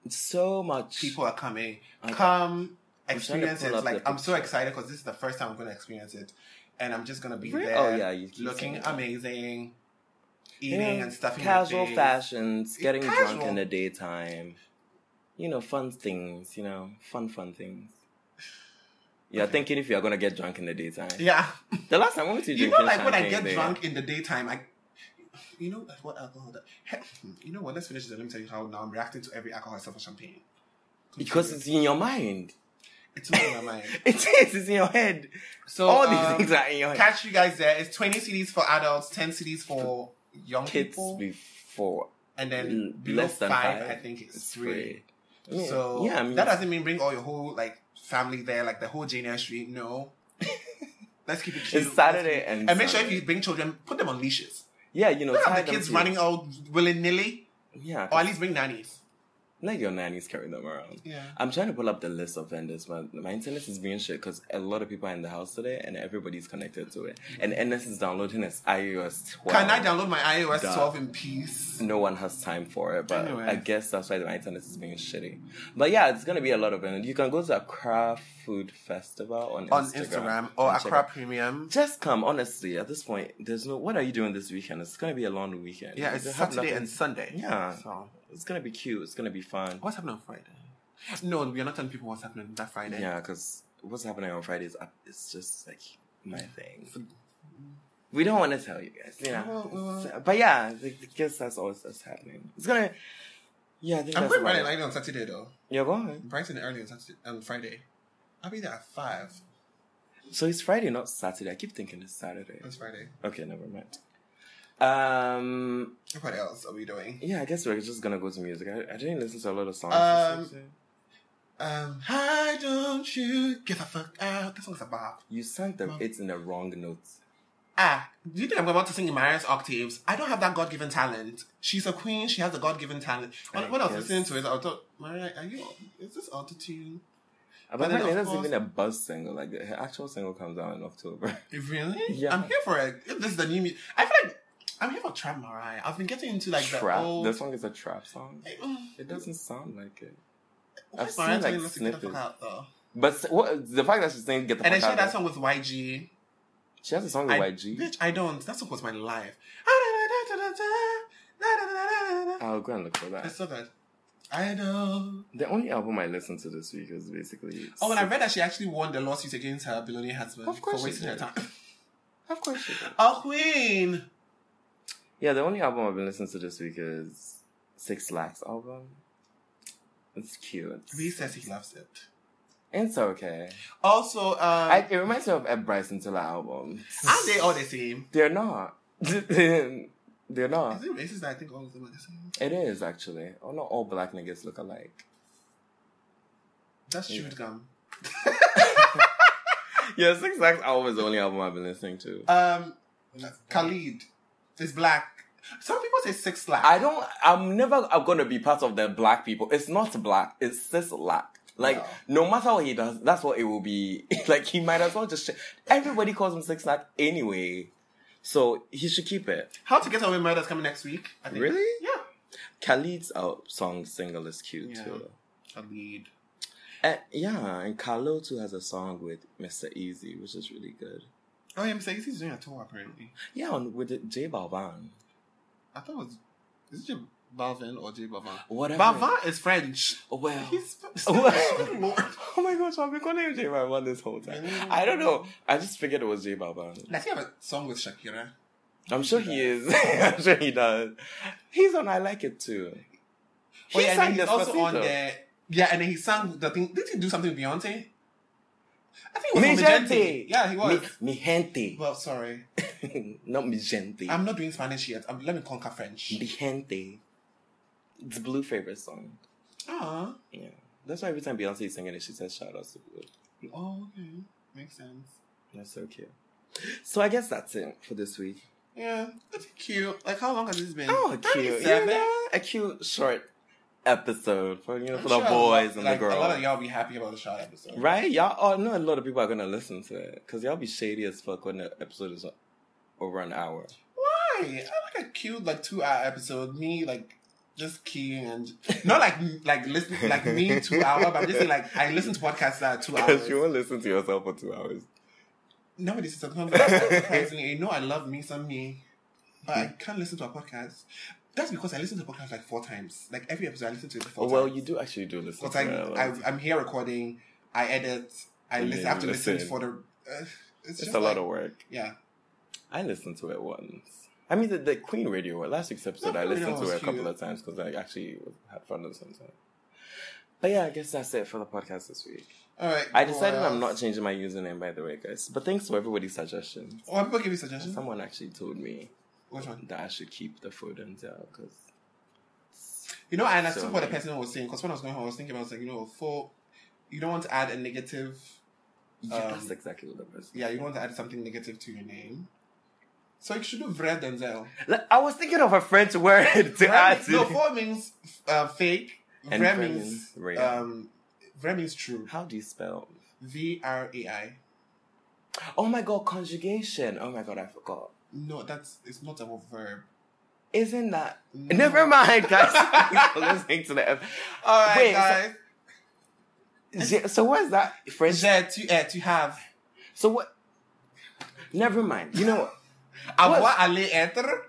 D: So much
C: people are coming.
D: I-
C: Come
D: I'm trying to
C: experience it.
D: pull up
C: Like
D: the
C: I'm so
D: picture.
C: excited because this is the first time I'm going to experience it, and I'm just going to be
D: Really?
C: there.
D: Oh, yeah, you keep
C: looking
D: saying that.
C: amazing,
D: you
C: eating
D: know,
C: and stuffing. your
D: Casual
C: face.
D: fashions,
C: It-
D: getting drunk
C: casual.
D: in the daytime. You know, fun things. You know, fun fun things. You're thinking if you're gonna get drunk in the daytime.
C: Yeah,
D: The last time I went to
C: you
D: drink
C: know, like when I get drunk in the daytime, I. You know like, what alcohol? That, Heck, you know what? Let's finish this. and Let me tell you how now I'm reacting to every alcohol except for champagne.
D: Because it's in your mind.
C: it's not in my mind.
D: It is. It's in your head.
C: So
D: All
C: um,
D: these things are in your head.
C: Catch you guys there. It's 20 CDs for adults, 10 CDs for young
D: Kids
C: people.
D: before
C: and
D: l-
C: then below
D: less than
C: five,
D: five,
C: I think it's
D: it's
C: three.
D: free. Yeah.
C: So
D: yeah, I mean,
C: that doesn't mean bring all your whole like family there, like the whole Jane Street. No, let's keep it cute.
D: it's Saturday
C: Let's keep-
D: and
C: and, make sure if
D: Sunday.
C: you bring children, put them on leashes.
D: yeah, you know,
C: Don't
D: tie
C: have the
D: them
C: kids
D: to-
C: running out willy nilly,
D: Yeah,
C: or at least bring nannies.
D: Let your nannies carry them around.
C: Yeah.
D: I'm trying to pull up the list of vendors, but my internet is being shit because a lot of people are in the house today and everybody's connected to it. And NS is downloading its iOS 12.
C: Can I download my iOS
D: Duh. Mm,
C: 12 in peace?
D: no one has time for it, but
C: Anyway.
D: I guess that's why the internet is being shitty. But yeah, it's gonna be a lot of it. You can go to Accra Food Festival on,
C: On
D: Instagram,
C: Instagram or
D: and check
C: Accra
D: it.
C: Premium.
D: Just come, honestly. At this point, there's no. What are you doing this weekend? It's gonna be a long weekend.
C: Yeah,
D: You
C: it's
D: don't have
C: Saturday
D: nothing-
C: and Sunday.
D: Yeah.
C: So,
D: It's gonna be cute. It's gonna be fun.
C: what's happening on Friday? No, we are not telling people what's happening that Friday.
D: Yeah, because what's happening on Fridays, uh, it's just like my thing. We don't want to tell you guys, you know.
C: Well, well,
D: So- but yeah, I guess that's all that's happening. It's gonna, yeah. I think
C: I'm
D: that's
C: going
D: about
C: Friday
D: it.
C: night on Saturday though.
D: You're going.
C: Brighton early on Saturday on Friday. I'll be there at five.
D: So it's Friday, not Saturday. I keep thinking it's Saturday.
C: That's Friday.
D: Okay, never mind. Um,
C: What else are we doing?
D: yeah, I guess we're just gonna go to music. I, I didn't listen to a lot of songs.
C: Um, Um, hi, don't you give a fuck out? This one's a bop.
D: you sang the it's in the wrong note.
C: Ah, do you think I'm about to sing in Maria's octaves? I don't have that God given talent. She's a queen. She has a God given talent. When,
D: I
C: when I was
D: guess.
C: listening to it, I thought, Maria, are you? Is this altitude?
D: But
C: then,
D: apparently,
C: of
D: that's
C: course-
D: even a buzz single. Like her actual single comes out in October.
C: Really?
D: Yeah.
C: I'm here for it. If This is the new music. I feel like I'm here for trap Mariah. I've been getting into like
D: trap.
C: the old.
D: This song is a trap song.
C: Mm.
D: It doesn't sound like it.
C: Why
D: I've
C: is
D: seen,
C: Mariah
D: like,
C: telling us to get the fuck
D: snippets.
C: out, though?
D: But s- what, the fact that she's saying "Get the
C: And then
D: fuck
C: she had
D: out,"
C: that
D: of-
C: song with YG.
D: she has a song with
C: I-
D: YG.
C: Bitch, I don't. That song was my life.
D: I'll go and look for that.
C: It's so good. I know.
D: The only album I listened to this week is basically.
C: Oh, and I
D: Sick-
C: read that she actually won the lawsuit against her Billionaire husband
D: Of course
C: for
D: she
C: wasting her
D: did.
C: time.
D: Of course she did.
C: Oh, Queen!
D: Yeah, the only album I've been listening to this week is Six Lax album. It's cute.
C: He says he loves it.
D: It's okay.
C: Also, um,
D: I, it reminds me of a Bryson Tiller album.
C: are they all the same?
D: They're not. They're not.
C: Is it racist that I think all of them are the same?
D: It is actually. Oh, not all black niggas look alike.
C: That's
D: Yeah.
C: chewed gum. Um,
D: Yeah, Six Lax album is the only album I've been listening to.
C: Um, Khalid is black. Some people say six slack.
D: I don't. I'm never gonna be part of the black people. It's not black. It's cis black. Like no matter what he does, that's what it will be. like he might as well just. Sh- Everybody calls him six black anyway, so he should keep it.
C: How to Get Away with Murder is coming next week. I think.
D: Really?
C: Yeah.
D: Khalid's uh, song single is cute
C: Yeah.
D: too.
C: Khalid.
D: And, yeah, and Carlo too has a song with Mr. Easy, which is really good.
C: Oh, yeah, Mr. Easy's doing a tour apparently.
D: Yeah, on, with it- J Balvin.
C: I thought it was. Is it J Balvin or J Balvin?
D: Whatever.
C: Balvin is French.
D: Well.
C: He's.
D: Well.
C: Lord.
D: Oh my gosh, I've been calling him J Balvin this whole time. I don't know. I just figured it was J Balvin.
C: Does he have a song with Shakira?
D: I'm sure he is. I'm sure he does. He's on I Like It too.
C: Oh, yeah, and then
D: sang
C: he's also on
D: Despacito.
C: the. Yeah, and then he sang the thing. Did he do something with Beyonce? I think it was
D: Mi
C: on Magente.
D: gente.
C: Yeah, he was.
D: Mi, mi gente.
C: well, sorry.
D: Not mi gente.
C: I'm not doing Spanish yet. Um let me conquer French.
D: mi gente. It's Blue favorite song.
C: Ah.
D: Yeah. That's why every time Beyonce is singing it, she says shout outs to Blue.
C: Oh, okay. Makes sense.
D: That's so cute. So I guess that's it for this week.
C: Yeah, that's cute. Like, how long has this been?
D: Oh, cute.
C: 37?
D: Yeah, a cute short episode for you know
C: I'm
D: for
C: sure
D: the
C: a lot-
D: boys and
C: like,
D: the girls.
C: A lot of y'all be happy about the shot episode.
D: Right? Y'all, oh, I know a lot of people are gonna listen to it because y'all be shady as fuck when the episode is over an hour.
C: Why? I like a cute, like, two hour episode. Me, like, just keying and not like like listen like me two hour, but I'm just saying like I listen to podcasts that are two
D: Because
C: hours.
D: you won't listen to yourself for two hours.
C: Nobody sits at home. Surprisingly, you know I love me some me, but
D: Mm-hmm.
C: I can't listen to a podcast. That's because I listen to podcasts like four times. Like every episode, I listen to it four
D: Oh, well,
C: times.
D: you do actually do listen
C: Because
D: to
C: I,
D: it. a lot.
C: I, I'm here recording, I edit, I
D: And
C: listen,
D: then
C: I have to listen,
D: listen.
C: for the. Uh, it's
D: it's
C: just
D: a lot
C: like-
D: of work.
C: Yeah.
D: I listened to it once. I mean, the, the Queen Radio, one. last week's episode,
C: No,
D: I
C: Queen Radio
D: listened to
C: was
D: it a couple
C: cute.
D: of times because I actually had fun with sometimes. But yeah, I guess that's it for the podcast this week.
C: All right.
D: I decided
C: what
D: I'm not
C: else?
D: changing my username, by the way, guys. But thanks for everybody's suggestions.
C: Oh, people give you suggestions.
D: Someone actually told me
C: Which one?
D: that I should keep the food until because
C: You know, and I
D: So
C: took what the
D: many.
C: person was saying because when I was going home, I was thinking about like, you know, for you don't want to add a negative.
D: Yeah,
C: Um,
D: that's exactly what the person.
C: Yeah, you don't want to add something negative to your name. So you should do Vred Denzel.
D: Like, I was thinking of a French word to
C: Vred-
D: add to.
C: no, four means uh, fake.
D: And
C: Vra
D: Vra
C: means
D: means real.
C: um, Vra means true.
D: How do you spell?
C: V R A I.
D: Oh my god, conjugation. Oh my god, I forgot.
C: No, that's it's not a verb.
D: Isn't that?
C: No.
D: Never mind, guys. You're listening to the. F-
C: All right,
D: Wait, so-
C: guys.
D: Z- so what is that French?
C: J'ai, tu es, tu eh, have.
D: so what? Never mind. You know what?
C: Avoir, aller, être.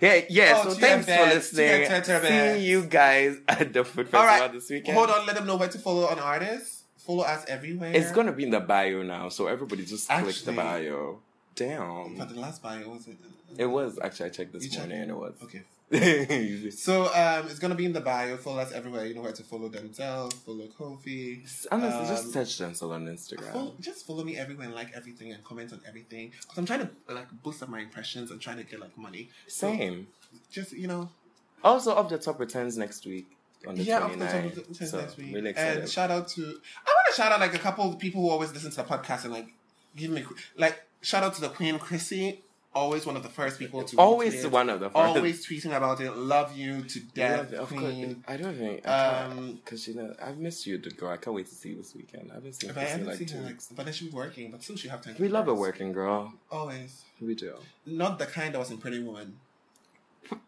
D: Yeah, yeah.
C: Oh,
D: so
C: to
D: thanks
C: your
D: for
C: bed,
D: listening.
C: to your- to your bed.
D: See you guys at the food
C: All
D: festival
C: right.
D: this weekend.
C: Hold on, let them know where to follow on artists. Follow us everywhere.
D: It's gonna be in the bio now, so everybody just click the
C: Actually-
D: bio.
C: But
D: Damn.
C: the last bio was it?
D: It was actually I checked this
C: You checked
D: morning and it was.
C: Okay. So um, it's gonna be in the bio. Follow us everywhere. You know where to follow themselves. Follow Kofi.
D: Honestly,
C: Um,
D: just touch them on Instagram.
C: Follow, just follow me everywhere and like everything and comment on everything. Cause I'm trying to like boost up my impressions and trying to get like money. So
D: Same.
C: Just you know.
D: Also, off the top returns next week on the
C: yeah,
D: yeah,
C: off the top
D: 29th.
C: of the- to
D: so,
C: next week.
D: Really excited.
C: and shout out to I want to shout out like a couple of people who always listen to the podcast and like give me like shout out to the Queen Chrissy, always one of the first people to
D: Always
C: retweet.
D: one of the first.
C: always tweeting about it. Love you to
D: Yeah,
C: death,
D: of course.
C: Queen.
D: I don't think.
C: Um,
D: Because you know, I've missed you, the girl. I can't wait to see you this weekend. I haven't seen
C: But
D: you
C: I haven't
D: like
C: seen
D: two
C: her, like,
D: weeks.
C: but then she be working. But still, she have time.
D: We
C: for
D: love a
C: us.
D: working girl.
C: Always,
D: We do.
C: not the kind that was in Pretty Woman.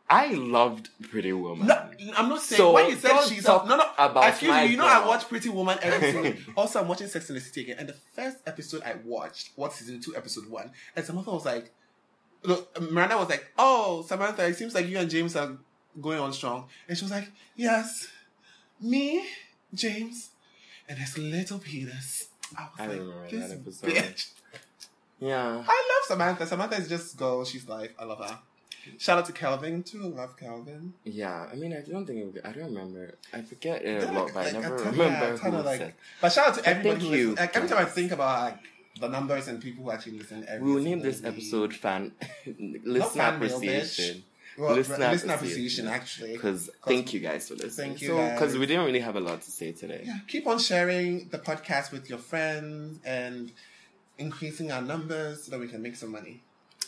D: I loved Pretty Woman.
C: No, I'm not saying
D: So,
C: when you said
D: don't
C: she's
D: talk
C: up. No, no.
D: about
C: excuse
D: my
C: me. You know I
D: girl.
C: watch Pretty Woman every single. also, I'm watching Sex and the City again, and the first episode I watched, what season two, episode one, and Samantha was like, "Look, Miranda was like, oh, Samantha, it seems like you and James are going on strong," and she was like, "Yes, me, James, and his little penis." I was
D: I
C: like,
D: remember
C: this
D: that episode.
C: bitch.
D: Yeah.
C: I love Samantha. Samantha is just girl. She's life. I love her. Shout out to Calvin too. Love Calvin.
D: Yeah. I mean, I don't think. I don't remember. I forget it a
C: Yeah,
D: lot, but I
C: like,
D: never
C: ton-
D: remember
C: yeah,
D: who
C: ton of,
D: was
C: like-
D: it.
C: But shout out to everybody
D: thank
C: who
D: you,
C: listens. Like, every time I
D: guys.
C: think about like the numbers and people who actually listen, every
D: We will name
C: single
D: this
C: week.
D: episode fan
C: Not
D: listener
C: fan mail, bitch.
D: appreciation
C: Well,
D: Listener
C: re- listener
D: appreciation.
C: appreciation, actually.
D: because thank you guys for listening.
C: Thank you,
D: because
C: guys.
D: we didn't really have a lot to say today.
C: Yeah, keep on sharing the podcast with your friends and increasing our numbers so that we can make some money.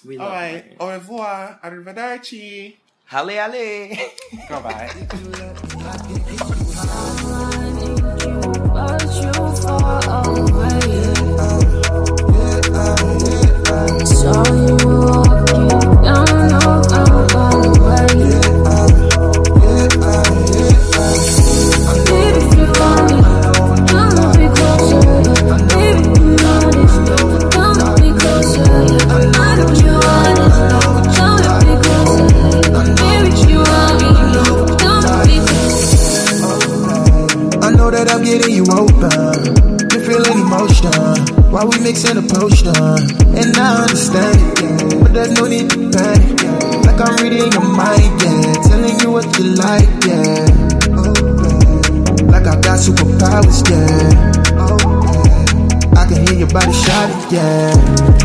D: We
C: All
D: love
C: right,
D: you.
C: au revoir, arrivederci.
D: Halle halle.
C: Goodbye.
A: But you far away. Saw you walking down our hallway. Baby, if you want it, come and be closer. Baby, if you want it, come and be closer. I know you want it, come and be closer. Baby, if you want it, come and be closer.
B: I know that I'm getting you open. You're feeling emotion. Why we mixing a potion? And I understand, but there's no need to panic. Like I'm reading your mind, yeah. Telling you what you like, yeah. Okay. Like I got Oh, superpowers, yeah. Oh, Okay. I can hear your body shouting, yeah.